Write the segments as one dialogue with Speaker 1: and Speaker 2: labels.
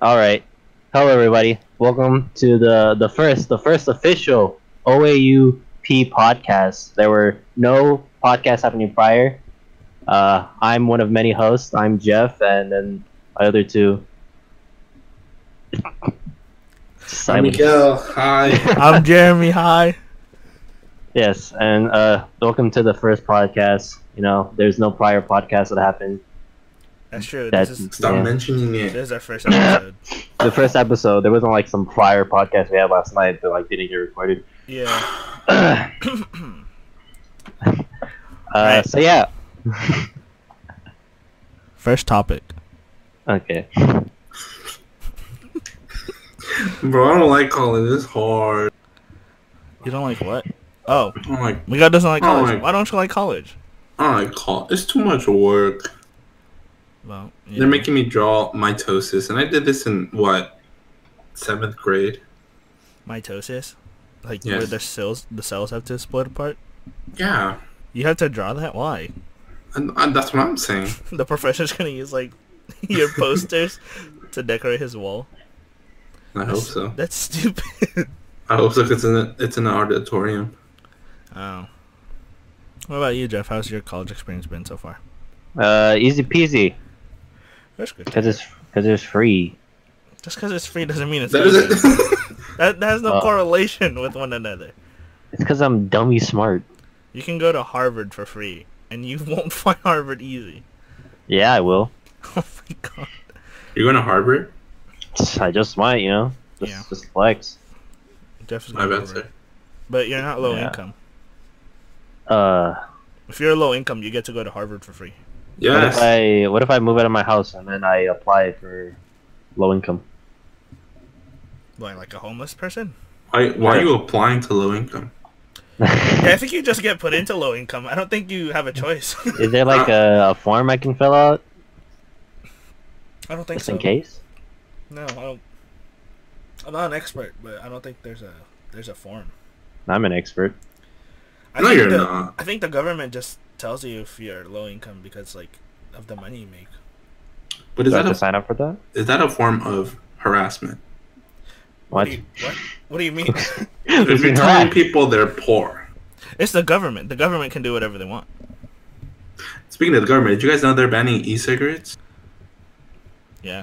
Speaker 1: All right. Hello, everybody. Welcome to the the first the first official OAUP podcast. There were no podcasts happening prior. Uh, I'm one of many hosts. I'm Jeff, and then my other two.
Speaker 2: There we
Speaker 1: Simon.
Speaker 2: go. Hi.
Speaker 3: I'm Jeremy. Hi.
Speaker 1: Yes, and uh, welcome to the first podcast. You know, there's no prior podcast that happened.
Speaker 3: That's true.
Speaker 1: That
Speaker 3: This is,
Speaker 2: Stop
Speaker 1: yeah.
Speaker 2: mentioning
Speaker 3: this
Speaker 2: it.
Speaker 3: is our first episode.
Speaker 1: the first episode. There wasn't like some prior podcast we had last night that like didn't get recorded.
Speaker 3: Yeah.
Speaker 1: uh,
Speaker 3: Right.
Speaker 1: So yeah,
Speaker 3: First topic.
Speaker 1: okay.
Speaker 2: Bro, I don't like calling this hard.
Speaker 3: You don't like what? Oh,
Speaker 2: I don't like,
Speaker 3: my God, doesn't like
Speaker 2: Oh,
Speaker 3: college.
Speaker 2: my-
Speaker 3: Why don't you like college?
Speaker 2: I don't like call. It's too much work.
Speaker 3: Well, yeah.
Speaker 2: They're making me draw mitosis, and I did this in what seventh grade.
Speaker 3: mitosis, like
Speaker 2: Yes.
Speaker 3: where the cells the cells have to split apart.
Speaker 2: Yeah,
Speaker 3: You have to draw that. Why?
Speaker 2: and, and that's what I'm saying.
Speaker 3: The professor's gonna use like your posters to decorate his wall.
Speaker 2: I hope so.
Speaker 3: That's stupid.
Speaker 2: I hope so because it's in an auditorium.
Speaker 3: oh. What about you, Jeff? How's your college experience been so far?
Speaker 1: Uh, easy peasy,
Speaker 3: That's good.
Speaker 1: cause it's cause it's free.
Speaker 3: Just because it's free doesn't mean it's
Speaker 2: That is
Speaker 3: good.
Speaker 2: it.
Speaker 3: That, that has no
Speaker 1: Uh.
Speaker 3: correlation with one another.
Speaker 1: It's cause I'm dummy smart.
Speaker 3: You can go to Harvard for free, and you won't find Harvard easy.
Speaker 1: Yeah, I will.
Speaker 3: Oh my god.
Speaker 2: You're going to Harvard?
Speaker 1: I just might, you know, just
Speaker 3: Yeah.
Speaker 1: just flex.
Speaker 3: Jeff is
Speaker 2: My
Speaker 3: going
Speaker 2: bad,
Speaker 3: over.
Speaker 2: sir.
Speaker 3: But you're not low
Speaker 1: Yeah.
Speaker 3: income.
Speaker 1: Uh,
Speaker 3: If you're low income, you get to go to Harvard for free.
Speaker 1: what if
Speaker 2: Yes.
Speaker 1: I what if I move out of my house and then I apply for low income?
Speaker 3: Like, like a homeless person?
Speaker 2: Why, why are you applying to low income?
Speaker 3: Yeah, I think you just get put into low income. I don't think you have a choice.
Speaker 1: Is there like a, a form I can fill out
Speaker 3: I don't think
Speaker 1: just
Speaker 3: so.
Speaker 1: in case?
Speaker 3: No, I don't. I'm not an expert, but I don't think there's a there's a form.
Speaker 1: I'm an expert.
Speaker 3: I
Speaker 2: no,
Speaker 3: think
Speaker 2: you're
Speaker 3: the,
Speaker 2: not.
Speaker 3: I think the government just tells you if you're low income because like of the money you make.
Speaker 2: But
Speaker 1: Do
Speaker 2: is
Speaker 1: I have
Speaker 2: that
Speaker 1: to
Speaker 2: a,
Speaker 1: sign up for that?
Speaker 2: is that a form of harassment?
Speaker 1: What?
Speaker 3: do you, what? What do you mean?
Speaker 2: If you're telling people they're poor,
Speaker 3: It's the government. The government can do whatever they want.
Speaker 2: Speaking of the government, did you guys know they're banning e-cigarettes?
Speaker 3: Yeah.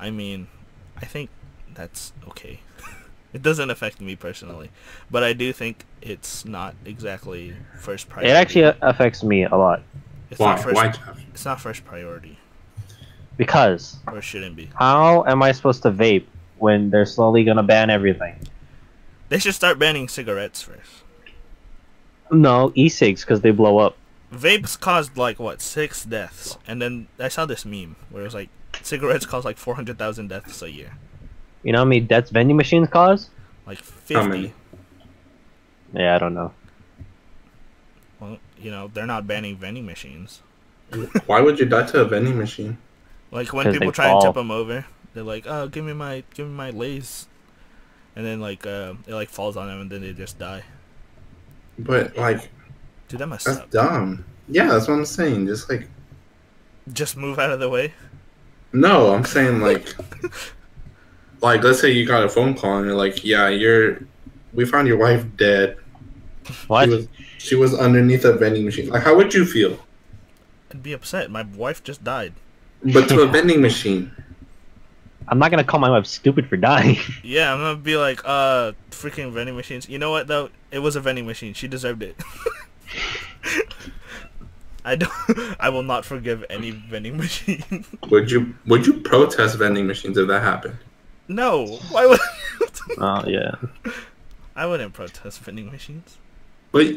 Speaker 3: I mean, I think that's okay. it doesn't affect me personally, but I do think it's not exactly first
Speaker 1: It
Speaker 3: priority.
Speaker 1: actually uh, affects me a lot
Speaker 3: it's
Speaker 2: Why?
Speaker 3: not first,
Speaker 2: Why? Jeff?
Speaker 3: It's not first priority,
Speaker 1: because
Speaker 3: or shouldn't be.
Speaker 1: how am I supposed to vape when they're slowly gonna ban everything?
Speaker 3: They should start banning cigarettes first.
Speaker 1: No, e-cigs because they blow up.
Speaker 3: Vapes caused like what six deaths, and then I saw this meme where it was like cigarettes cause like four hundred thousand deaths a year,
Speaker 1: You know how many deaths vending machines cause?
Speaker 3: like fifty.
Speaker 2: How many?
Speaker 1: Yeah, I don't know.
Speaker 3: Well, you know they're not banning vending machines.
Speaker 2: Why would you die to a vending machine?
Speaker 3: Like when
Speaker 1: 'Cause they
Speaker 3: people try and tip
Speaker 1: fall.
Speaker 3: them over, they're like, "Oh, give me my, give me my lace," and then like uh, it like falls on them, and then they just die.
Speaker 2: But like,
Speaker 3: Dude, that must
Speaker 2: that's
Speaker 3: suck.
Speaker 2: dumb. Yeah, that's what I'm saying. Just like,
Speaker 3: Just move out of the way.
Speaker 2: no, I'm saying like, like let's say you got a phone call and you're like, yeah, you're, we found your wife dead.
Speaker 1: What?
Speaker 2: She was, she was underneath a vending machine. Like, how would you feel?
Speaker 3: I'd be upset. My wife just died.
Speaker 2: But to a vending machine.
Speaker 1: I'm not gonna call my wife stupid for dying.
Speaker 3: Yeah, I'm gonna be like, uh, freaking vending machines. You know what though? It was a vending machine. She deserved it. I don't. I will not forgive any vending machine.
Speaker 2: Would you would you protest vending machines if that happened?
Speaker 3: no. Why would?
Speaker 1: oh yeah.
Speaker 3: I wouldn't protest vending machines.
Speaker 2: But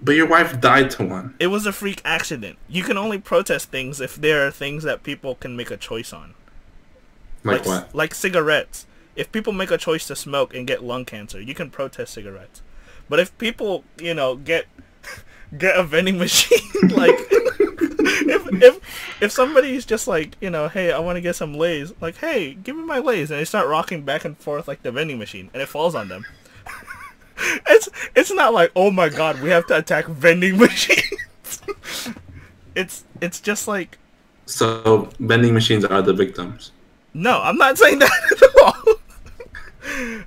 Speaker 2: but your wife died to one.
Speaker 3: It was a freak accident. You can only protest things if there are things that people can make a choice on.
Speaker 2: Like what?
Speaker 3: Like cigarettes. If people make a choice to smoke and get lung cancer, you can protest cigarettes. But if people, you know, get get a vending machine, like if if if somebody's just like, you know, hey, I want to get some lays, like, hey, give me my lays, and they start rocking back and forth like the vending machine, and it falls on them. it's it's not like, oh my god, we have to attack vending machines. it's it's just like
Speaker 2: So vending machines are the victims.
Speaker 3: No, I'm not saying that at all. I'm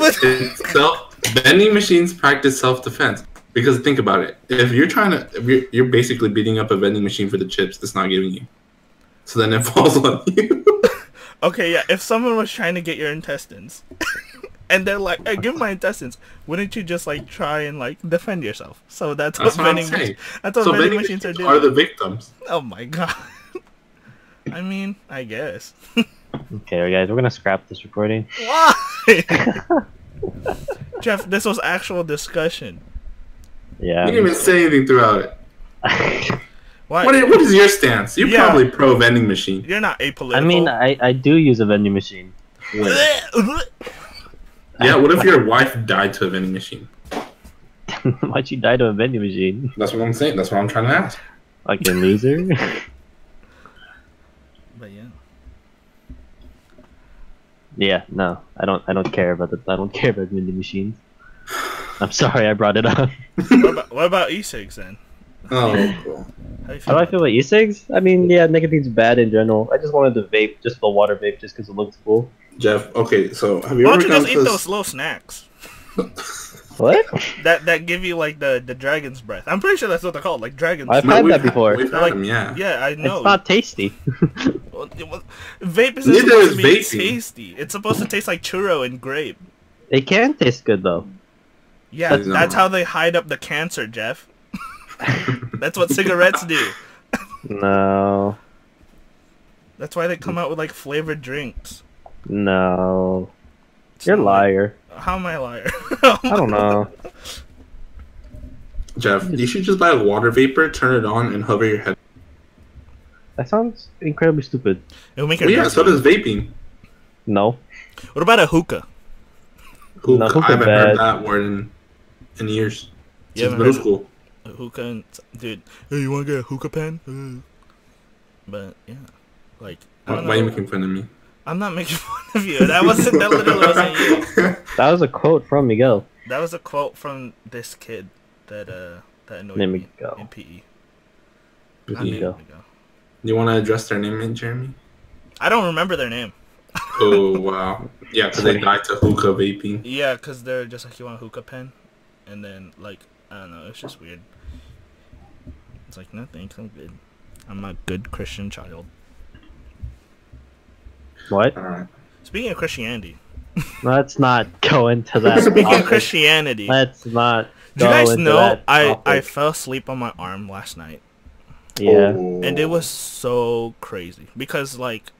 Speaker 2: It's,
Speaker 3: like-
Speaker 2: it's self vending machines practice self defense because think about it. If you're trying to, if you're, you're basically beating up a vending machine for the chips that's not giving you. So then it falls on you.
Speaker 3: okay, yeah. If someone was trying to get your intestines, and they're like, "Hey, give me my intestines," wouldn't you just like try and like defend yourself? So that's,
Speaker 2: That's
Speaker 3: what
Speaker 2: what I'm
Speaker 3: vending.
Speaker 2: saying.
Speaker 3: mach- That's what
Speaker 2: So
Speaker 3: vending
Speaker 2: vending
Speaker 3: machines are
Speaker 2: machines
Speaker 3: doing.
Speaker 2: are the victims.
Speaker 3: Oh my god. I mean, I guess.
Speaker 1: Okay, guys, we're gonna scrap this recording.
Speaker 3: Why? Jeff, this was actual discussion.
Speaker 2: You
Speaker 1: Yeah.
Speaker 2: didn't even say anything throughout it.
Speaker 3: Why?
Speaker 2: What is, what is your stance? You're
Speaker 3: Yeah.
Speaker 2: probably pro vending machine.
Speaker 3: You're not apolitical.
Speaker 1: I mean, I, I do use a vending machine.
Speaker 2: Yeah, what if your wife died to a vending machine?
Speaker 1: Why'd you die to a vending machine?
Speaker 2: That's what I'm saying. That's what I'm trying to ask.
Speaker 1: Fucking loser.
Speaker 3: but yeah.
Speaker 1: yeah, no, I don't. I don't care about the. I don't care about vending machines. I'm sorry, I brought it up.
Speaker 3: What about, what about e-cigs then?
Speaker 2: Oh, cool.
Speaker 3: How
Speaker 1: How do
Speaker 3: do you feel?
Speaker 1: I
Speaker 3: about
Speaker 1: feel about e-cigs? I mean, yeah, nikotine's bad in general. I just wanted to vape, just the water vape, just because it looks cool.
Speaker 2: Jeff, okay, so have
Speaker 3: that?
Speaker 2: you
Speaker 3: Why
Speaker 2: ever
Speaker 3: don't you
Speaker 2: come
Speaker 3: just eat
Speaker 2: to
Speaker 3: those
Speaker 2: this?
Speaker 3: slow snacks
Speaker 1: What?
Speaker 3: that that give you like the the dragon's breath? I'm pretty sure that's what they're called, like dragon's.
Speaker 1: I've
Speaker 3: breath.
Speaker 2: No,
Speaker 1: had
Speaker 2: we've
Speaker 1: that before.
Speaker 2: We've had
Speaker 3: Like-
Speaker 2: them, yeah.
Speaker 3: Yeah, I know.
Speaker 1: It's not tasty.
Speaker 3: Well, it was- Vape isn't
Speaker 2: Neither
Speaker 3: supposed to
Speaker 2: is
Speaker 3: be
Speaker 2: vaping.
Speaker 3: tasty. It's supposed to taste like churro and grape.
Speaker 1: It can taste good though.
Speaker 3: Yeah,
Speaker 2: That's
Speaker 3: that's
Speaker 2: not-
Speaker 3: how they hide up the cancer, Jeff. that's what cigarettes do.
Speaker 1: No,
Speaker 3: That's why they come out with like flavored drinks.
Speaker 1: no, you're a liar.
Speaker 3: How am I a liar?
Speaker 1: I don't know.
Speaker 2: Jeff, you should just buy a water vapor, turn it on, and hover your head.
Speaker 1: That sounds incredibly stupid.
Speaker 3: It'll make
Speaker 2: Well,
Speaker 3: it.
Speaker 2: yeah, so does vaping.
Speaker 1: No,
Speaker 3: What about a hookah?
Speaker 2: Who,
Speaker 1: No,
Speaker 2: I
Speaker 1: hookah
Speaker 2: haven't
Speaker 1: bad.
Speaker 2: heard that word in, in years.
Speaker 3: You
Speaker 2: Since
Speaker 3: haven't
Speaker 2: middle
Speaker 3: heard-
Speaker 2: school.
Speaker 3: A hookah, and, dude. Hey, you want to get a hookah pen? Uh. But yeah, like I
Speaker 2: Why,
Speaker 3: don't
Speaker 2: why are you
Speaker 3: know.
Speaker 2: making fun of me?
Speaker 3: I'm not making fun of you. That wasn't that literally wasn't you.
Speaker 1: that was a quote from Miguel.
Speaker 3: That was a quote from this kid that uh that annoyed
Speaker 1: Let
Speaker 3: me
Speaker 1: me go.
Speaker 3: in PE. I
Speaker 1: you
Speaker 3: mean,
Speaker 1: go.
Speaker 3: let me go.
Speaker 2: you want to address their name, Jeremy?
Speaker 3: I don't remember their name.
Speaker 2: Oh, wow. Yeah, because they died to hookah vaping.
Speaker 3: Yeah, cause they're just like you want a hookah pen, and then like I don't know, it's just weird. It's like no thanks, I'm good. I'm a good Christian child.
Speaker 1: What?
Speaker 2: All right.
Speaker 3: Speaking of Christianity,
Speaker 1: Let's not go into that.
Speaker 3: speaking of
Speaker 1: topic.
Speaker 3: Christianity, do
Speaker 1: Let's not.
Speaker 3: you
Speaker 1: go
Speaker 3: guys
Speaker 1: into
Speaker 3: know
Speaker 1: that
Speaker 3: I I
Speaker 1: topic.
Speaker 3: fell asleep on my arm last night,
Speaker 1: yeah.
Speaker 2: Oh.
Speaker 3: and it was so crazy because like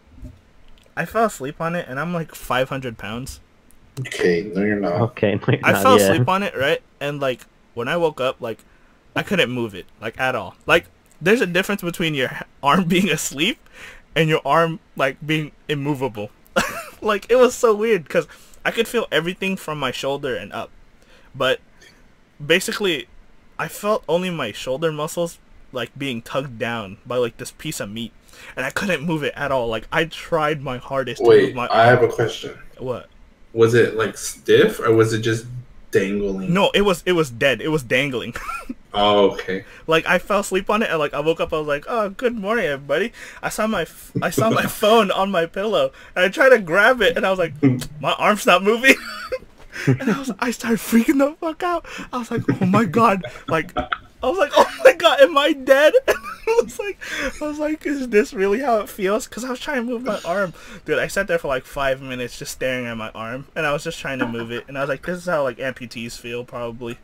Speaker 3: I fell asleep on it, and I'm like 500 pounds.
Speaker 2: Okay, no, you're not.
Speaker 1: Okay. no, you're
Speaker 3: I
Speaker 1: not
Speaker 3: fell
Speaker 1: yet.
Speaker 3: asleep on it, right? And like when I woke up, like I couldn't move it, like at all. Like there's a difference between your h- arm being asleep and your arm like being immovable. like it was so weird because I could feel everything from my shoulder and up, but basically I felt only my shoulder muscles like being tugged down by like this piece of meat, and I couldn't move it at all. Like I tried my hardest to move
Speaker 2: Wait,
Speaker 3: my
Speaker 2: I have a question.
Speaker 3: what?
Speaker 2: Was it like stiff or was it just dangling?
Speaker 3: No, it was it was dead. It was dangling.
Speaker 2: Oh, okay.
Speaker 3: Like I fell asleep on it, and like I woke up, I was like, "Oh, good morning, everybody." I saw my f- I saw my phone on my pillow, and I tried to grab it, and I was like, "My arm's not moving." and I was, I started freaking the fuck out. I was like, "Oh my god!" Like, I was like, "Oh my god, am I dead?" I was like, "I was like, is this really how it feels?" Because I was trying to move my arm, dude. I sat there for like five minutes just staring at my arm, and I was just trying to move it, and I was like, "This is how like amputees feel, probably."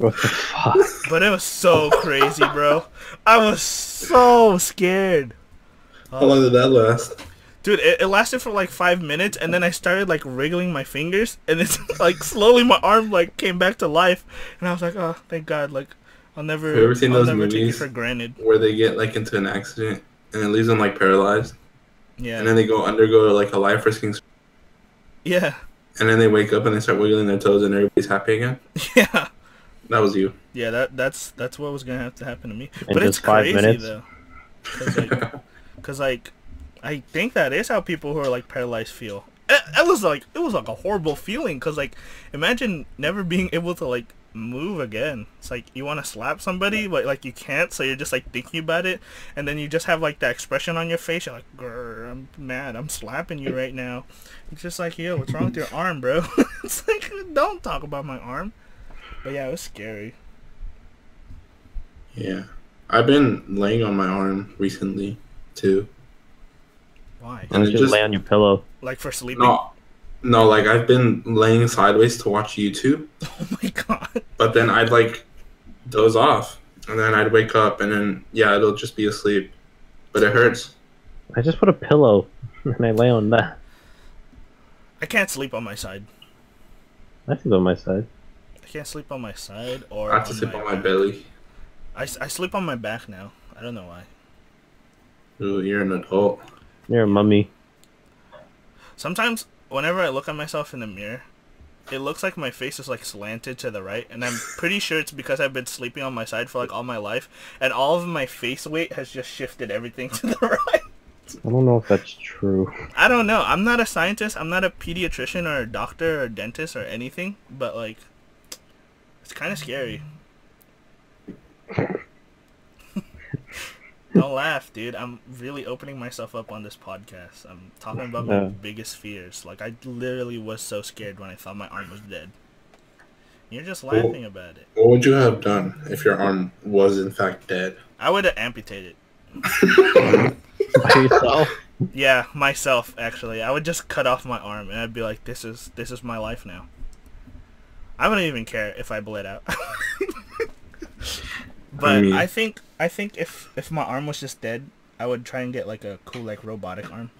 Speaker 1: What the fuck?
Speaker 3: But it was so crazy, bro. I was so scared.
Speaker 2: How long did that last?
Speaker 3: Dude, it, it lasted for like five minutes, and then I started like wriggling my fingers, and it's like slowly my arm like came back to life, and I was like, oh, thank God, like I'll never,
Speaker 2: Have you ever seen
Speaker 3: I'll
Speaker 2: those
Speaker 3: never take it
Speaker 2: movies?
Speaker 3: for granted.
Speaker 2: Where they get like into an accident and it leaves them like paralyzed,
Speaker 3: Yeah,
Speaker 2: and then they go undergo like a life risking,
Speaker 3: yeah,
Speaker 2: and then they wake up and they start wiggling their toes and everybody's happy again.
Speaker 3: yeah,
Speaker 2: That was you.
Speaker 3: yeah. That that's that's what was gonna have to happen to me.
Speaker 1: In
Speaker 3: but it's
Speaker 1: just five
Speaker 3: crazy
Speaker 1: minutes?
Speaker 3: though, cause like, 'cause, like, I think that is how people who are like paralyzed feel. It, it was like it was like a horrible feeling, cause like imagine never being able to like move again. It's like you want to slap somebody, but like you can't, so you're just like thinking about it, and then you just have like that expression on your face. You're like, "Grr, I'm mad. I'm slapping you right now." It's just like, "Yo, what's wrong with your arm, bro?" it's like, "Don't talk about my arm." But yeah, it was scary.
Speaker 2: Yeah. I've been laying on my arm recently too.
Speaker 3: Why?
Speaker 1: And
Speaker 2: And it
Speaker 1: just,
Speaker 2: just-
Speaker 1: lay on your pillow.
Speaker 3: Like for sleeping?
Speaker 2: No, no, like I've been laying sideways to watch YouTube,
Speaker 3: Oh my god.
Speaker 2: but then I'd like doze off, and then I'd wake up, and then yeah, it'll just be asleep, but it hurts.
Speaker 1: I just put a pillow and I lay on that.
Speaker 3: I can't sleep on my side.
Speaker 1: I sleep on my side.
Speaker 3: I can't sleep on my side or.
Speaker 2: I have to sleep on my
Speaker 3: back.
Speaker 2: belly.
Speaker 3: I, s- I sleep on my back now. I don't know why.
Speaker 2: Ooh, you're an adult.
Speaker 1: You're a mummy.
Speaker 3: Sometimes, whenever I look at myself in the mirror, it looks like my face is like slanted to the right, and I'm pretty sure it's because I've been sleeping on my side for like all my life, and all of my face weight has just shifted everything to the right.
Speaker 1: I don't know if that's true.
Speaker 3: I don't know. I'm not a scientist. I'm not a pediatrician or a doctor or dentist or anything. But like, it's kind of scary. don't laugh, dude. I'm really opening myself up on this podcast. I'm talking about my
Speaker 1: Yeah.
Speaker 3: biggest fears. Like, I literally was so scared when I thought my arm was dead. You're just
Speaker 2: Well-
Speaker 3: laughing about it.
Speaker 2: What would you have done if your arm was in fact dead?
Speaker 3: I would have amputated.
Speaker 1: By yourself?
Speaker 3: Yeah, myself actually. I would just cut off my arm and I'd be like, "This is this is my life now." I wouldn't even care if I bled out. but I,
Speaker 2: mean-
Speaker 3: think I think if if my arm was just dead, I would try and get like a cool like robotic arm.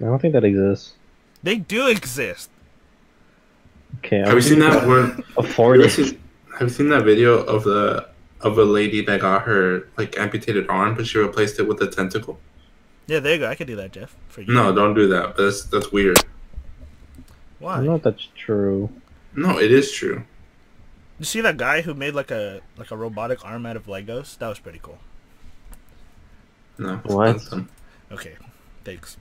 Speaker 1: I don't think that exists.
Speaker 3: They do exist.
Speaker 1: Okay.
Speaker 2: Have you seen that one? Have
Speaker 1: Afford
Speaker 2: you
Speaker 1: it.
Speaker 2: seen, have you seen that video of the of a lady that got her like amputated arm, but she replaced it with a tentacle?
Speaker 3: Yeah, there you go. I could do that, Jeff. For you.
Speaker 2: No, don't do that. That's that's weird.
Speaker 1: I
Speaker 3: Why?
Speaker 1: don't know if that's true.
Speaker 2: No, it is true.
Speaker 3: You see that guy who made like a like a robotic arm out of Legos? That was pretty cool.
Speaker 2: No, it's
Speaker 1: What?
Speaker 2: not some-
Speaker 3: Okay, thanks.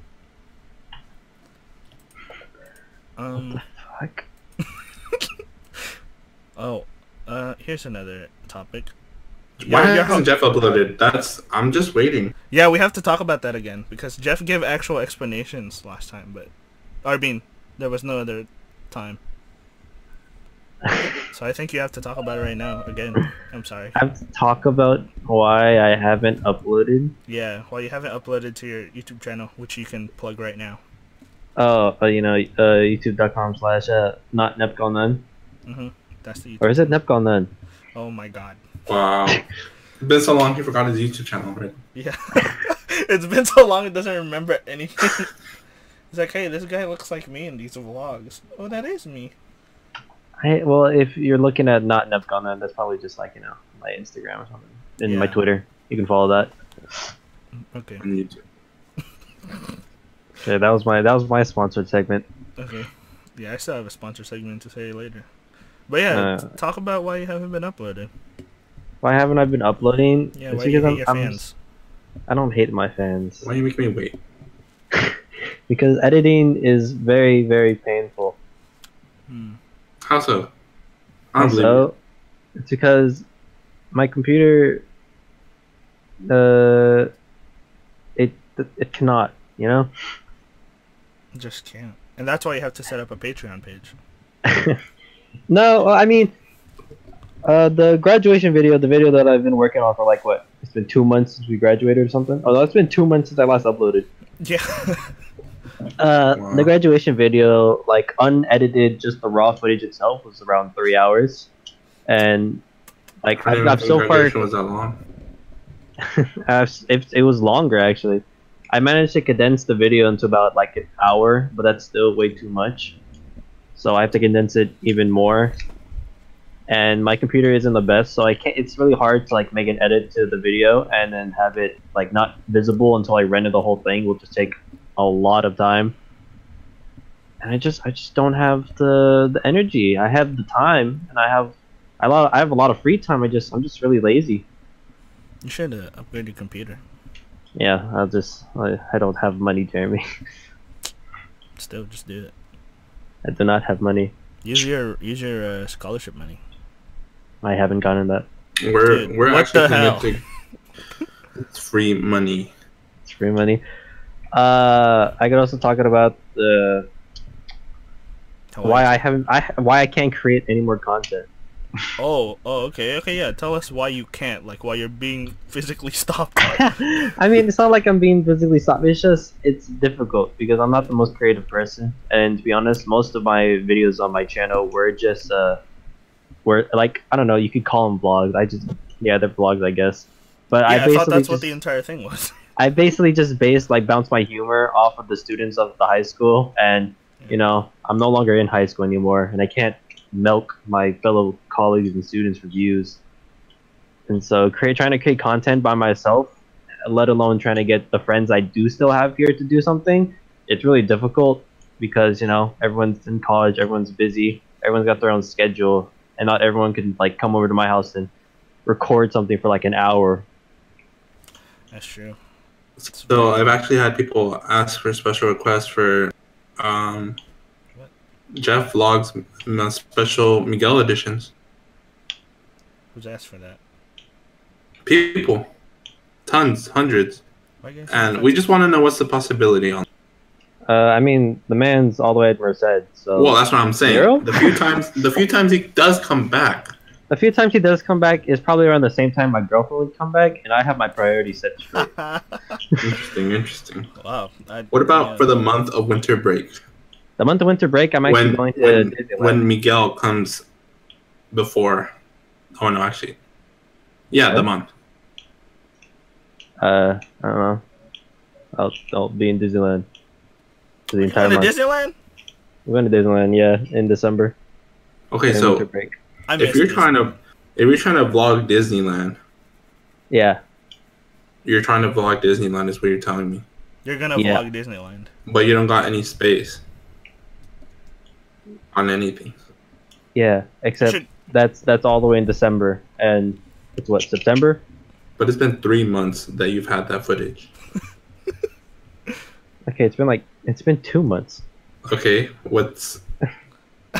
Speaker 3: Um.
Speaker 1: Fuck.
Speaker 3: Oh, uh, here's another topic.
Speaker 2: Why
Speaker 3: Yeah, yeah.
Speaker 2: hasn't Jeff uploaded? That's I'm just waiting.
Speaker 3: Yeah, we have to talk about that again because Jeff gave actual explanations last time, but I mean, there was no other time. so I think you have to talk about it right now again. I'm sorry.
Speaker 1: I have to talk about why I haven't uploaded.
Speaker 3: Yeah, well, you haven't uploaded to your YouTube channel, which you can plug right now.
Speaker 1: Oh, uh, you know, uh, youtube.com slash uh, not Nepcon None.
Speaker 3: hmm That's the YouTube.
Speaker 1: Or is it Nepcon None?
Speaker 3: Oh my god.
Speaker 2: Wow, it's been so long he forgot his YouTube channel already.
Speaker 3: Yeah. it's been so long it doesn't remember anything. It's like, hey, this guy looks like me in these vlogs. Oh, that is me.
Speaker 1: I, well, if you're looking at not Nepcon None, that's probably just like, you know, my Instagram or something. And my
Speaker 3: Yeah.
Speaker 1: Twitter. You can follow that.
Speaker 3: Okay.
Speaker 2: On YouTube.
Speaker 1: Yeah, that was my that was my sponsored segment.
Speaker 3: Okay. Yeah, I still have a sponsor segment to say later. But yeah,
Speaker 1: Uh,
Speaker 3: t- talk about why you haven't been uploaded.
Speaker 1: Why haven't I been uploading?
Speaker 3: Yeah,
Speaker 1: It's
Speaker 3: why do you hate
Speaker 1: I'm-
Speaker 3: your
Speaker 1: I'm-
Speaker 3: fans?
Speaker 1: I don't hate my fans
Speaker 2: Why are you making me wait?
Speaker 1: because editing is very very painful.
Speaker 3: Hmm.
Speaker 2: How so? I don't believe
Speaker 1: So it's because my computer, uh, it it cannot. You know,
Speaker 3: Just can't. And that's why you have to set up a Patreon page.
Speaker 1: no, I mean, uh, the graduation video, the video that I've been working on for like what? It's been two months since we graduated or something. Oh, no, it's been two months since I last uploaded.
Speaker 3: Yeah.
Speaker 1: Uh,
Speaker 2: Wow.
Speaker 1: the graduation video, like unedited, just the raw footage itself was around three hours, and like
Speaker 2: I
Speaker 1: I've
Speaker 2: didn't
Speaker 1: got
Speaker 2: think
Speaker 1: so far.
Speaker 2: graduation was that long.
Speaker 1: Uh, it, it was longer actually. I managed to condense the video into about like an hour, but that's still way too much. So I have to condense it even more. And my computer isn't the best, so I can't. It's really hard to like make an edit to the video and then have it like not visible until I render the whole thing, will just take a lot of time. And I just, I just don't have the the energy. I have the time, and I have, I lot, I have a lot of free time. I just, I'm just really lazy.
Speaker 3: You should uh, upgrade your computer.
Speaker 1: Yeah, I'll just. I, I don't have money, Jeremy.
Speaker 3: Still, just do it.
Speaker 1: I do not have money.
Speaker 3: Use your use your uh, scholarship money.
Speaker 1: I haven't gotten that.
Speaker 2: We're
Speaker 3: Dude,
Speaker 2: we're
Speaker 3: what
Speaker 2: actually
Speaker 3: the
Speaker 2: gonna
Speaker 3: hell?
Speaker 2: take it's free money.
Speaker 1: It's free money. Uh, I could also talk about the why I haven't I why I can't create any more content.
Speaker 3: Oh, oh, okay, okay, yeah. Tell us why you can't, like, why you're being physically stopped.
Speaker 1: I mean, it's not like I'm being physically stopped. It's just it's difficult because I'm not the most creative person, and to be honest, most of my videos on my channel were just uh, were like I don't know. You could call them vlogs. I just yeah, they're vlogs, I guess. But I
Speaker 3: yeah, I,
Speaker 1: basically
Speaker 3: thought that's
Speaker 1: just,
Speaker 3: what the entire thing was.
Speaker 1: I basically just base like bounce my humor off of the students of the high school, and you know I'm no longer in high school anymore, and I can't milk my fellow colleagues and students for views. And so, create trying to create content by myself, let alone trying to get the friends I do still have here to do something, it's really difficult because you know everyone's in college, everyone's busy, everyone's got their own schedule, and not everyone can like come over to my house and record something for like an hour.
Speaker 3: That's true.
Speaker 2: So I've actually had people ask for special requests for um,
Speaker 3: What?
Speaker 2: Jeff vlogs m- special Miguel editions.
Speaker 3: Who's asked for that?
Speaker 2: People, tons, hundreds,
Speaker 3: Why you guys-
Speaker 2: and we just want to know what's the possibility on.
Speaker 1: Uh, I mean, the man's all the way at Merced, so
Speaker 2: Well, that's what I'm saying.
Speaker 1: Oh. Zero?
Speaker 2: The few times, the few times he does come back.
Speaker 1: a few times he does come back is probably around the same time my girlfriend would come back, and I have my priorities set straight.
Speaker 2: Interesting, interesting.
Speaker 3: wow. I,
Speaker 2: What about
Speaker 3: yeah.
Speaker 2: for the month of winter break?
Speaker 1: the month of winter break, I'm actually
Speaker 2: when
Speaker 1: going to
Speaker 2: when,
Speaker 1: Disneyland.
Speaker 2: when Miguel comes before. Oh no, actually, yeah, the
Speaker 1: What?
Speaker 2: month.
Speaker 1: uh, I don't know. I'll, I'll be in Disneyland for the
Speaker 3: You
Speaker 1: entire
Speaker 3: going to
Speaker 1: month.
Speaker 3: Disneyland?
Speaker 1: We're going to Disneyland, yeah, in December.
Speaker 2: Okay,
Speaker 1: during
Speaker 2: so
Speaker 1: winter break.
Speaker 3: I
Speaker 2: if
Speaker 3: missed
Speaker 2: you're
Speaker 3: this.
Speaker 2: trying to if you're trying to vlog Disneyland,
Speaker 1: yeah,
Speaker 2: you're trying to vlog Disneyland is what you're telling me.
Speaker 3: You're gonna
Speaker 1: Yeah.
Speaker 3: vlog Disneyland.
Speaker 2: But you don't got any space on anything.
Speaker 1: yeah. Except
Speaker 3: Should-
Speaker 1: that's that's all the way in December, and it's what September.
Speaker 2: But it's been three months that you've had that footage.
Speaker 1: Okay, it's been like it's been two months.
Speaker 2: Okay, what's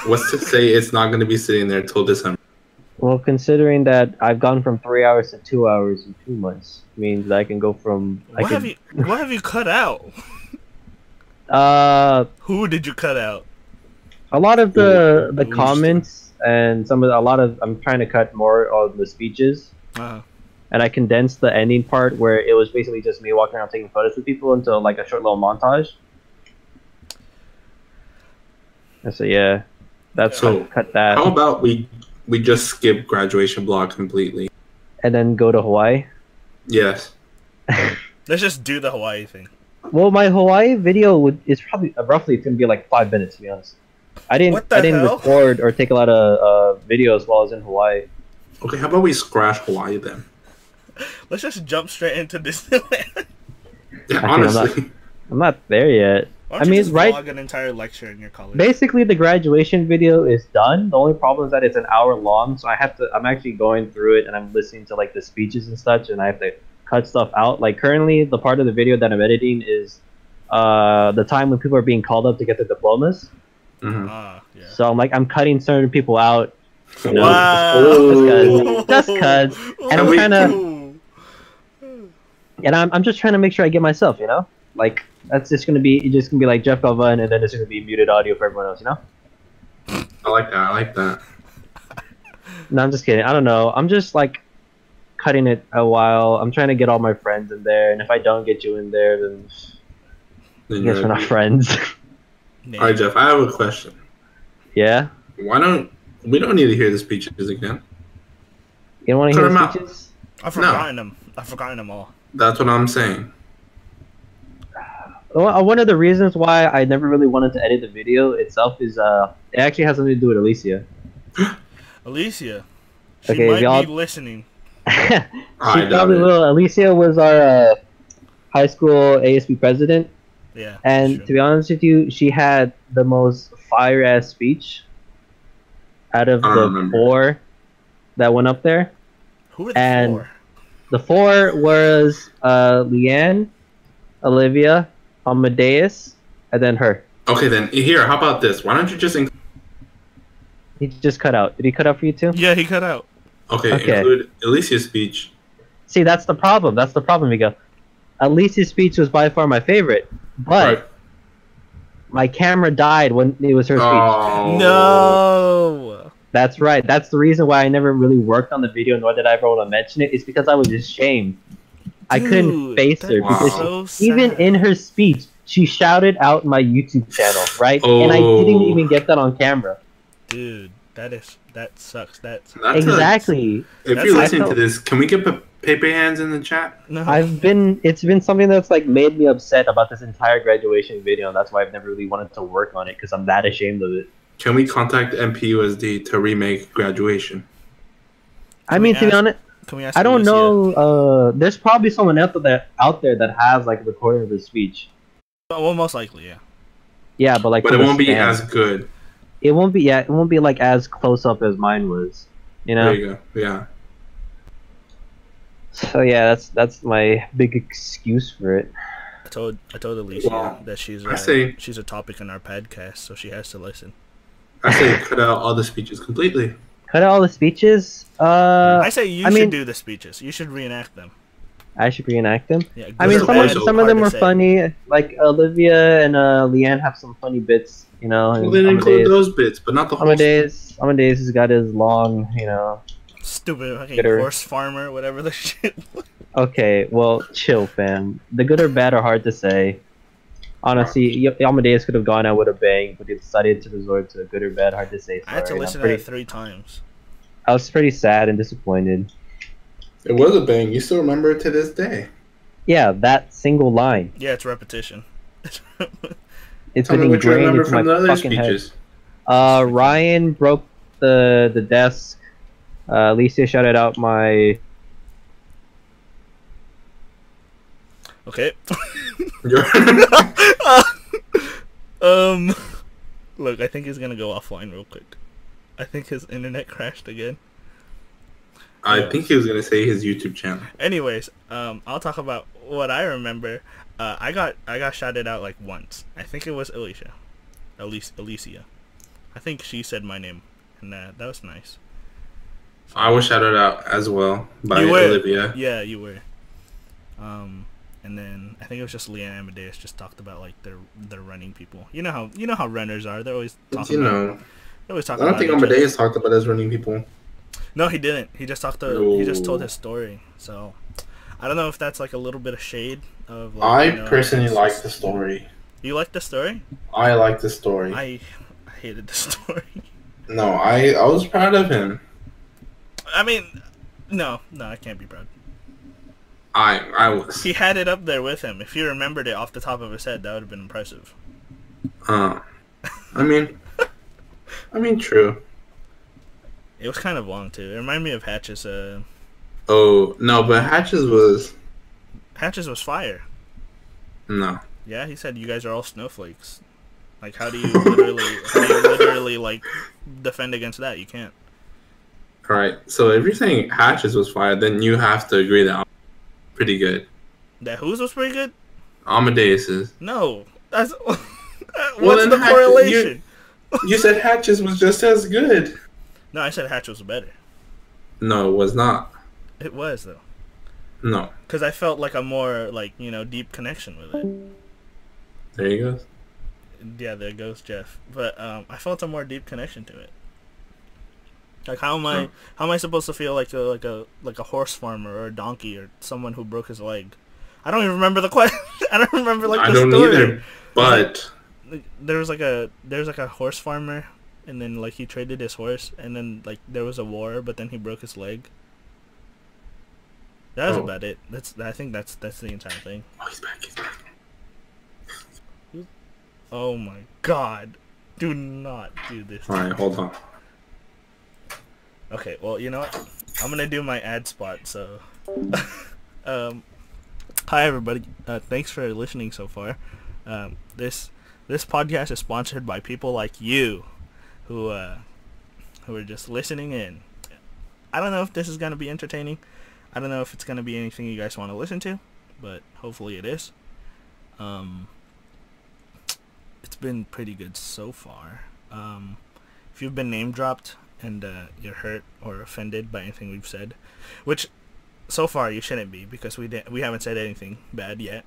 Speaker 2: what's to say it's not going to be sitting there till December?
Speaker 1: Well, considering that I've gone from three hours to two hours in two months, means that I can go from I
Speaker 3: What have
Speaker 1: could-
Speaker 3: you What have you cut out?
Speaker 1: uh
Speaker 3: Who did you cut out?
Speaker 1: a lot of the the
Speaker 2: Interesting.
Speaker 1: comments and some of the, a lot of I'm trying to cut more of the speeches
Speaker 2: Uh-huh.
Speaker 3: Uh,
Speaker 1: and I condensed the ending part where it was basically just me walking around taking photos with people into like a short little montage. And so yeah, that's
Speaker 2: So,
Speaker 1: what- cut that
Speaker 2: How about we we just skip graduation blog completely?
Speaker 1: and then go to Hawaii.
Speaker 2: Yes.
Speaker 3: let's just do the Hawaii thing.
Speaker 1: Well, my Hawaii video would is probably uh, roughly it's gonna be like five minutes to be honest. I didn't
Speaker 3: What the
Speaker 1: I didn't
Speaker 3: hell?
Speaker 1: record or take a lot of uh, videos while I was in Hawaii.
Speaker 2: Okay, how about we scratch Hawaii then?
Speaker 3: Let's just jump straight into Disneyland.
Speaker 2: Yeah,
Speaker 1: I'm not-
Speaker 2: honestly.
Speaker 1: I'm not there yet.
Speaker 3: Why
Speaker 1: I
Speaker 3: don't you
Speaker 1: mean,
Speaker 3: just
Speaker 1: right-
Speaker 3: vlog an entire lecture in your college?
Speaker 1: basically the graduation video is done the only problem is that it's an hour long so i have to i'm actually going through it and i'm listening to like the speeches and such and i have to cut stuff out like currently the part of the video that i'm editing is uh the time when people are being called up to get their diplomas
Speaker 2: Mhm.
Speaker 3: Ah, yeah.
Speaker 1: so i'm like i'm cutting certain people out you know,
Speaker 3: Wow.
Speaker 1: Oh. Just 'cause. And
Speaker 2: I'm
Speaker 3: kinda.
Speaker 1: and I'm, I'm just trying to make sure i get myself you know like that's just gonna be it's just gonna be like jeff galvan and then it's gonna be muted audio for everyone else you know
Speaker 2: I like that. I like that.
Speaker 1: No, I'm just kidding. I don't know. I'm just like cutting it a while. I'm trying to get all my friends in there, and if I don't get you in there, then I
Speaker 2: Then
Speaker 1: guess
Speaker 2: you're
Speaker 1: we're not
Speaker 2: like-
Speaker 1: friends.
Speaker 2: All right, Jeff. I have a question.
Speaker 1: yeah,
Speaker 2: Why don't we don't need to hear the speeches again?
Speaker 1: you don't want to
Speaker 2: Cut
Speaker 1: hear
Speaker 2: him
Speaker 1: the
Speaker 2: out.
Speaker 1: speeches.
Speaker 3: I've forgotten them. I've forgotten them all.
Speaker 2: That's what I'm saying.
Speaker 1: Well, uh, one of the reasons why I never really wanted to edit the video itself is uh, it actually has something to do with Alicia.
Speaker 3: Alicia. She
Speaker 1: Okay,
Speaker 3: might
Speaker 1: y'all-
Speaker 3: be listening.
Speaker 1: she
Speaker 2: I doubt
Speaker 1: probably
Speaker 2: it.
Speaker 1: will. Alicia was our uh, high school ASB president,
Speaker 3: Yeah.
Speaker 1: and
Speaker 3: sure.
Speaker 1: to be honest with you, she had the most fire ass speech out of
Speaker 2: I
Speaker 1: the
Speaker 2: remember.
Speaker 1: four that went up there.
Speaker 3: who are the
Speaker 1: and-
Speaker 3: four?
Speaker 1: The four was uh, Leanne, Olivia, Amadeus, and then her.
Speaker 2: Okay, then here. How about this? Why don't you just? Inc-
Speaker 1: He just cut out. Did he cut out for you too?
Speaker 3: Yeah, he cut out.
Speaker 2: Okay,
Speaker 1: Okay.
Speaker 2: include Alicia's speech.
Speaker 1: See, that's the problem. That's the problem, Mika. At least his speech was by far my favorite, but
Speaker 2: Right.
Speaker 1: my camera died when it was her speech.
Speaker 2: Oh.
Speaker 3: No.
Speaker 1: That's right. That's the reason why I never really worked on the video, nor did I ever want to mention it. It's because I was ashamed. I couldn't
Speaker 3: Dude,
Speaker 1: face
Speaker 3: that
Speaker 1: her
Speaker 3: is
Speaker 1: because
Speaker 2: Wow.
Speaker 3: so sad.
Speaker 1: even in her speech, she shouted out my YouTube channel, right? And I
Speaker 2: Oh.
Speaker 1: didn't even get that on camera.
Speaker 3: dude, that is that sucks. That's
Speaker 2: That's a-
Speaker 1: exactly.
Speaker 2: if
Speaker 3: That's
Speaker 2: you're
Speaker 3: how I
Speaker 2: listening to
Speaker 1: felt.
Speaker 2: this, can we get Pe- Pepe hands in the chat?
Speaker 3: no.
Speaker 1: I've been. It's been something that's like made me upset about this entire graduation video, and that's why I've never really wanted to work on it because I'm that ashamed of
Speaker 3: Oh,
Speaker 1: it.
Speaker 2: Can we contact MPUSD to remake graduation?
Speaker 1: I
Speaker 3: Can
Speaker 1: mean, to
Speaker 3: we
Speaker 1: be
Speaker 3: ask-
Speaker 1: honest,
Speaker 3: Can we ask
Speaker 1: I don't know.
Speaker 3: Alicia?
Speaker 1: Uh, there's probably someone out there out there that has like a recording of his speech.
Speaker 3: Well, most likely, yeah.
Speaker 1: Yeah, but like,
Speaker 2: But it
Speaker 1: from a
Speaker 2: won't be
Speaker 1: stand.
Speaker 2: as good.
Speaker 1: It won't be. Yeah, it won't be like as close up as mine was. You know.
Speaker 2: There you go. Yeah.
Speaker 1: So yeah, that's that's my big excuse for it.
Speaker 3: I told I told Alicia
Speaker 2: Wow.
Speaker 3: that she's
Speaker 2: I
Speaker 3: uh,
Speaker 2: see.
Speaker 3: she's a topic in our podcast, so she has to listen.
Speaker 2: I say cut out all the speeches completely.
Speaker 1: Cut out all the speeches. Uh,
Speaker 3: I say you
Speaker 1: I
Speaker 3: should
Speaker 1: mean-
Speaker 3: do the speeches. You should reenact them.
Speaker 1: I should reenact them.
Speaker 3: Yeah,
Speaker 1: I
Speaker 2: Those
Speaker 1: mean,
Speaker 2: are
Speaker 1: some of,
Speaker 3: good or bad,
Speaker 2: also
Speaker 1: some of
Speaker 3: hard
Speaker 1: them
Speaker 3: to
Speaker 1: were
Speaker 3: say.
Speaker 1: funny. Like Olivia and uh, Leanne have some funny bits. You know.
Speaker 2: Well,
Speaker 1: and
Speaker 2: then include
Speaker 1: Amadeus-
Speaker 2: those bits, but not the whole.
Speaker 1: Amadeus, Amadeus has got his long, you know.
Speaker 3: Stupid fucking
Speaker 1: Bitter.
Speaker 3: horse farmer, whatever the shit.
Speaker 1: Okay, well, chill, fam. The good or bad are hard to say. Honestly, y- Amadeus could have gone out with a bang, but he decided to resort to a good or bad, hard to say.
Speaker 3: I had to
Speaker 1: sorry, and I'm
Speaker 3: listen to
Speaker 1: pretty-
Speaker 3: that three times.
Speaker 1: I was pretty sad and disappointed.
Speaker 2: It was a bang. You still remember it to this day.
Speaker 1: Yeah, that single line.
Speaker 3: Yeah, it's repetition.
Speaker 1: It's
Speaker 2: Tell
Speaker 1: been
Speaker 2: me what you
Speaker 1: ingrained
Speaker 2: remember
Speaker 1: into my
Speaker 2: from the other
Speaker 1: fucking head.
Speaker 2: speeches.
Speaker 1: Uh, Ryan broke the the desk. Uh, Alicia shouted out my.
Speaker 3: okay.
Speaker 2: You're-
Speaker 3: um, look, I think he's gonna go offline real quick. I think his internet crashed again.
Speaker 2: I
Speaker 3: Yeah.
Speaker 2: think he was gonna say his YouTube channel.
Speaker 3: Anyways, um, I'll talk about what I remember. Uh, I got I got shouted out like once. I think it was Alicia, Elise, Alicia. I think she said my name, and uh, that was nice.
Speaker 2: I was shouted out as well by
Speaker 3: You were.
Speaker 2: Olivia.
Speaker 3: Yeah, you were. Um, and then I think it was just Leanne Amadeus just talked about like their their running people. You know how you know how runners are. They're always talking.
Speaker 2: You
Speaker 3: about,
Speaker 2: know,
Speaker 3: they always
Speaker 2: I
Speaker 3: talk
Speaker 2: don't
Speaker 3: about
Speaker 2: think
Speaker 3: each other.
Speaker 2: Amadeus talked about us running people.
Speaker 3: No, he didn't. He just talked. To, He just told his story. So, I don't know if that's like a little bit of shade of. Like,
Speaker 2: I
Speaker 3: you know,
Speaker 2: personally
Speaker 3: it's-
Speaker 2: like the story.
Speaker 3: You like the story?
Speaker 2: I like the story.
Speaker 3: I, I hated the story.
Speaker 2: No, I I was proud of him.
Speaker 3: I mean, no, no, I can't be proud.
Speaker 2: I I was.
Speaker 3: He had it up there with him. If he remembered it off the top of his head, that would have been impressive.
Speaker 2: Uh, I mean, I mean, true.
Speaker 3: It was kind of long too. It reminded me of Hatches. Uh,
Speaker 2: Oh no, but Hatches was
Speaker 3: Hatches was fire.
Speaker 2: no.
Speaker 3: Yeah, he said you guys are all snowflakes. Like, how do you literally, how do you literally like defend against that? You can't.
Speaker 2: All right. So if you're saying Hatches was fired, then you have to agree that I'm pretty good.
Speaker 3: That who's was pretty good.
Speaker 2: Amadeus is.
Speaker 3: No, that's what's
Speaker 2: then
Speaker 3: the
Speaker 2: Hatch-
Speaker 3: correlation?
Speaker 2: You said Hatches was just as good.
Speaker 3: No, I said Hatch was better.
Speaker 2: No, it was not.
Speaker 3: It was though,
Speaker 2: No.
Speaker 3: because I felt like a more like you know deep connection with it.
Speaker 2: There you go.
Speaker 3: Yeah, there goes Jeff. But um, I felt a more deep connection to it. Like how am I how am I supposed to feel like a like a like a horse farmer or a donkey or someone who broke his leg? I don't even remember the question. I don't remember like
Speaker 2: I
Speaker 3: the
Speaker 2: don't
Speaker 3: story.
Speaker 2: either. But
Speaker 3: like, there was like a there was like a horse farmer and then like he traded his horse and then like there was a war but then he broke his leg that was
Speaker 2: Oh.
Speaker 3: about it that's i think that's that's the entire thing
Speaker 2: oh, he's back. He's back.
Speaker 3: oh my god do not do this
Speaker 2: All right, hold on.
Speaker 3: okay well you know what i'm gonna do my ad spot so um hi everybody uh, thanks for listening so far um, this this podcast is sponsored by people like you who uh, who are just listening in. I don't know if this is going to be entertaining. I don't know if it's going to be anything you guys want to listen to, but hopefully it is. Um, it's been pretty good so far. Um, if you've been name dropped and uh, you're hurt or offended by anything we've said, which so far you shouldn't be because we didn't, we haven't said anything bad yet,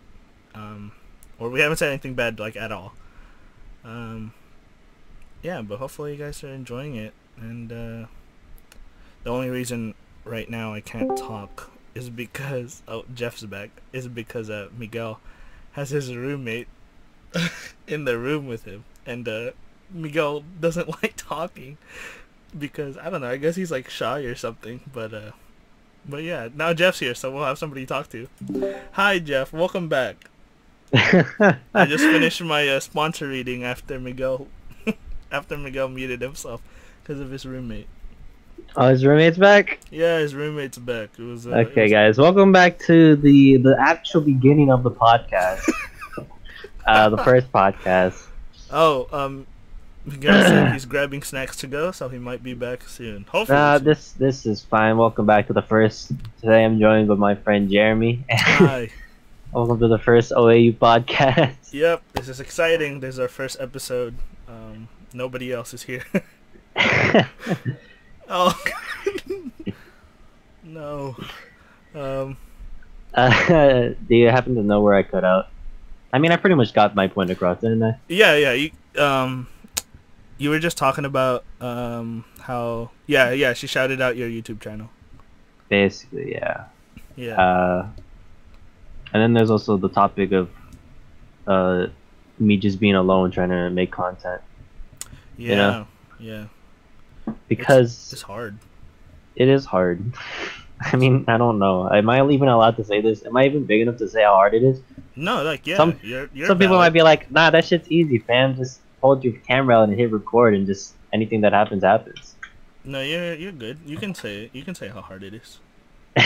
Speaker 3: um, or we haven't said anything bad like at all. Um, yeah, but hopefully you guys are enjoying it. And uh, the only reason right now I can't talk is because oh Jeff's back is because uh Miguel has his roommate in the room with him, and uh, Miguel doesn't like talking because I don't know. I guess he's like shy or something. But uh, but yeah, now Jeff's here, so we'll have somebody to talk to. Hi Jeff, welcome back. I just finished my uh, sponsor reading after Miguel, after Miguel muted himself because of his roommate.
Speaker 1: Oh, his roommate's back.
Speaker 3: Yeah, his roommate's back. It was uh, it
Speaker 1: Okay,
Speaker 3: was-
Speaker 1: guys, welcome back to the the actual beginning of the podcast. uh, the first podcast.
Speaker 3: Oh, um, Miguel said he's grabbing snacks to go, so he might be back soon. Hopefully.
Speaker 1: Nah,
Speaker 3: soon.
Speaker 1: this this is fine. Welcome back to the first. Today I'm joined by my friend Jeremy.
Speaker 3: Hi.
Speaker 1: welcome to the first OAU podcast.
Speaker 3: Yep, this is exciting. This is our first episode. Um, nobody else is here. oh. no. Um.
Speaker 1: uh, do you happen to know where I cut out? I mean, I pretty much got my point across, didn't I?
Speaker 3: Yeah, yeah. You, um, you were just talking about um how yeah yeah she shouted out your YouTube channel.
Speaker 1: Basically, yeah.
Speaker 3: Yeah.
Speaker 1: Uh, and then there's also the topic of uh, me just being alone trying to make content
Speaker 3: yeah.
Speaker 1: yeah.
Speaker 3: Yeah. It's
Speaker 1: because
Speaker 3: hard.
Speaker 1: it is hard. I mean, I don't know. Am I even allowed to say this? Am I even big enough to say how hard it is?
Speaker 3: No, like yeah.
Speaker 1: Some-
Speaker 3: you're, you're
Speaker 1: Some people might
Speaker 3: valid.
Speaker 1: be like, "Nah, that shit's easy, fam. Just hold your camera out and hit record, and just anything that happens happens."
Speaker 3: No, you're you're good. You can say it. You can say how hard it is.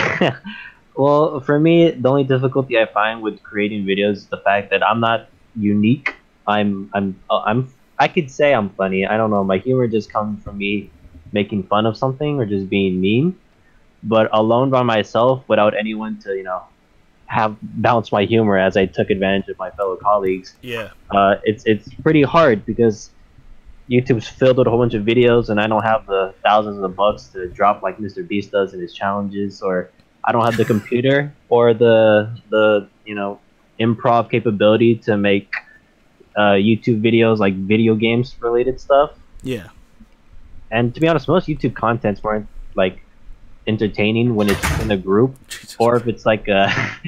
Speaker 1: well, for me, the only difficulty I find with creating videos is the fact that I'm not unique. I'm I'm uh, I'm I could say I'm funny. I don't know. My humor just comes from me making fun of something or just being mean. But alone by myself, without anyone to you know have bounce my humor as I took advantage of my fellow colleagues,
Speaker 3: Yeah.
Speaker 1: uh, it's it's pretty hard because YouTube's filled with a whole bunch of videos, and I don't have the thousands of bucks to drop like Mr. Beast does in his challenges, or I don't have the computer or the the you know improv capability to make uh, YouTube videos like video games related stuff.
Speaker 3: Yeah.
Speaker 1: And to be honest, most YouTube contents weren't like entertaining when it's in a group
Speaker 3: Jesus.
Speaker 1: or if it's like a,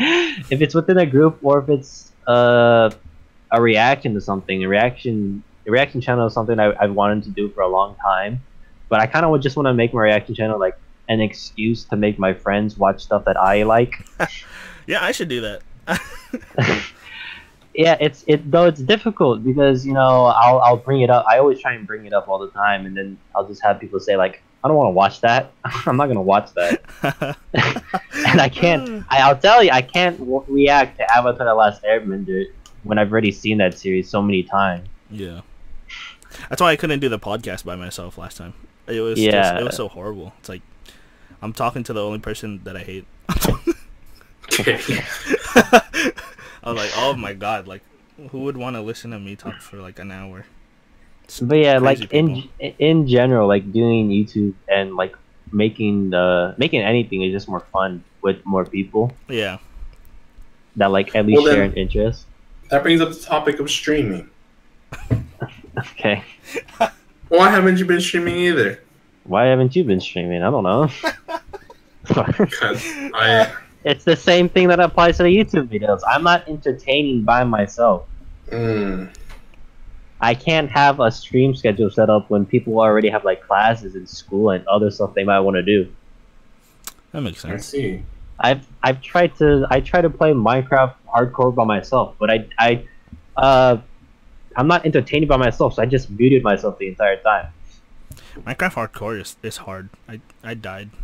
Speaker 1: if it's within a group, or if it's uh, a reaction to something, a reaction, a reaction channel is something I, I've wanted to do for a long time, but I kind of would just want to make my reaction channel like an excuse to make my friends watch stuff that I like.
Speaker 3: yeah, I should do that.
Speaker 1: yeah it's it though it's difficult because you know i'll i'll bring it up i always try and bring it up all the time and then i'll just have people say like i don't want to watch that i'm not going to watch that and i
Speaker 3: Uh, Hmm.
Speaker 1: can't I, i'll tell you i can't w- react to avatar the last airbender when i've already seen that series so many times
Speaker 3: Yeah. That's why I couldn't do the podcast by myself last time. It was just,
Speaker 1: Yeah.
Speaker 3: it was so horrible. It's like I'm talking to the only person that I hate.
Speaker 2: Okay.
Speaker 3: I'm like, oh my god, like who would want to listen to me talk for like an hour?
Speaker 1: but yeah
Speaker 3: Crazy
Speaker 1: like in in general like doing youtube and like making the making anything is just more fun with more people
Speaker 3: Yeah.
Speaker 1: that like at least
Speaker 2: Well, then-
Speaker 1: share an interest
Speaker 2: that brings up the topic of streaming.
Speaker 1: okay
Speaker 2: Why haven't you been streaming either?
Speaker 1: Why haven't you been streaming? I don't know.
Speaker 2: Because I
Speaker 1: it's the same thing that applies to the YouTube videos. I'm not entertaining by myself.
Speaker 2: mm,
Speaker 1: I can't have a stream schedule set up when people already have like classes in school and other stuff they might want to do.
Speaker 3: That makes
Speaker 2: I
Speaker 3: sense.
Speaker 2: see.
Speaker 1: I've I've tried to I try to play Minecraft hardcore by myself, but I I uh I'm not entertaining by myself, so I just muted myself the entire time.
Speaker 3: Minecraft hardcore is, is hard. I I died.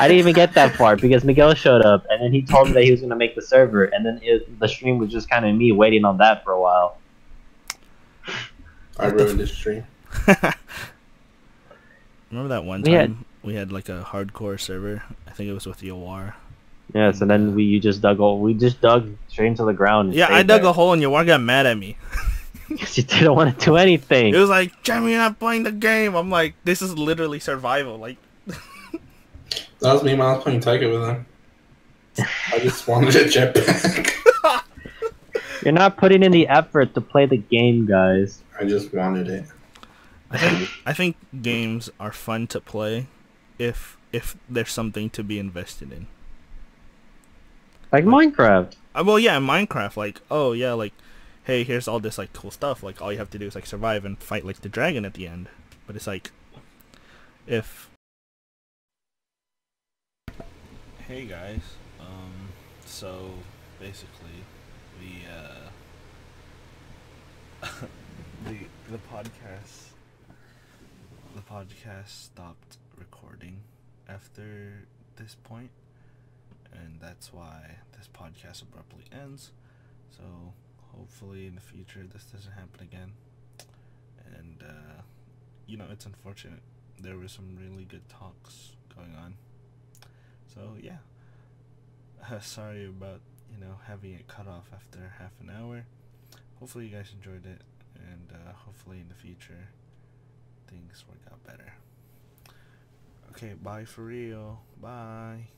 Speaker 1: I didn't even get that far because Miguel showed up and then he told me that he was gonna make the server, and then it, the stream was just kind of me waiting on that for a while.
Speaker 2: I ruined this stream.
Speaker 3: Remember that one
Speaker 1: We
Speaker 3: time
Speaker 1: had-
Speaker 3: we had like a hardcore server? I think it was with Yawar.
Speaker 1: Yes, and then we you just dug all we just dug straight into the ground. and
Speaker 3: Yeah, I
Speaker 1: stayed
Speaker 3: dug
Speaker 1: there.
Speaker 3: a hole and Yawar got mad at me.
Speaker 1: because you didn't want to do anything.
Speaker 3: It was like, Jeremy, you're not playing the game. I'm like, this is literally survival. Like,
Speaker 2: That was me when I was playing Tiger with him. I just wanted a jetpack.
Speaker 1: You're not putting in the effort to play the game, guys.
Speaker 2: I just wanted it.
Speaker 3: I think I think games are fun to play if if there's something to be invested in.
Speaker 1: Like Minecraft.
Speaker 3: Uh, well, yeah, in Minecraft, like, oh yeah, like, hey, here's all this like cool stuff. Like, all you have to do is like survive and fight like the dragon at the end. But it's like, if. Hey guys, um, so basically, the uh, the the podcast the podcast stopped recording after this point and that's why this podcast abruptly ends. So hopefully in the future this doesn't happen again. And uh, you know it's unfortunate. There were some really good talks going on. So yeah, uh, sorry about you know having it cut off after half an hour. Hopefully you guys enjoyed it, and uh, hopefully in the future things work out better. Okay, bye for real. Bye.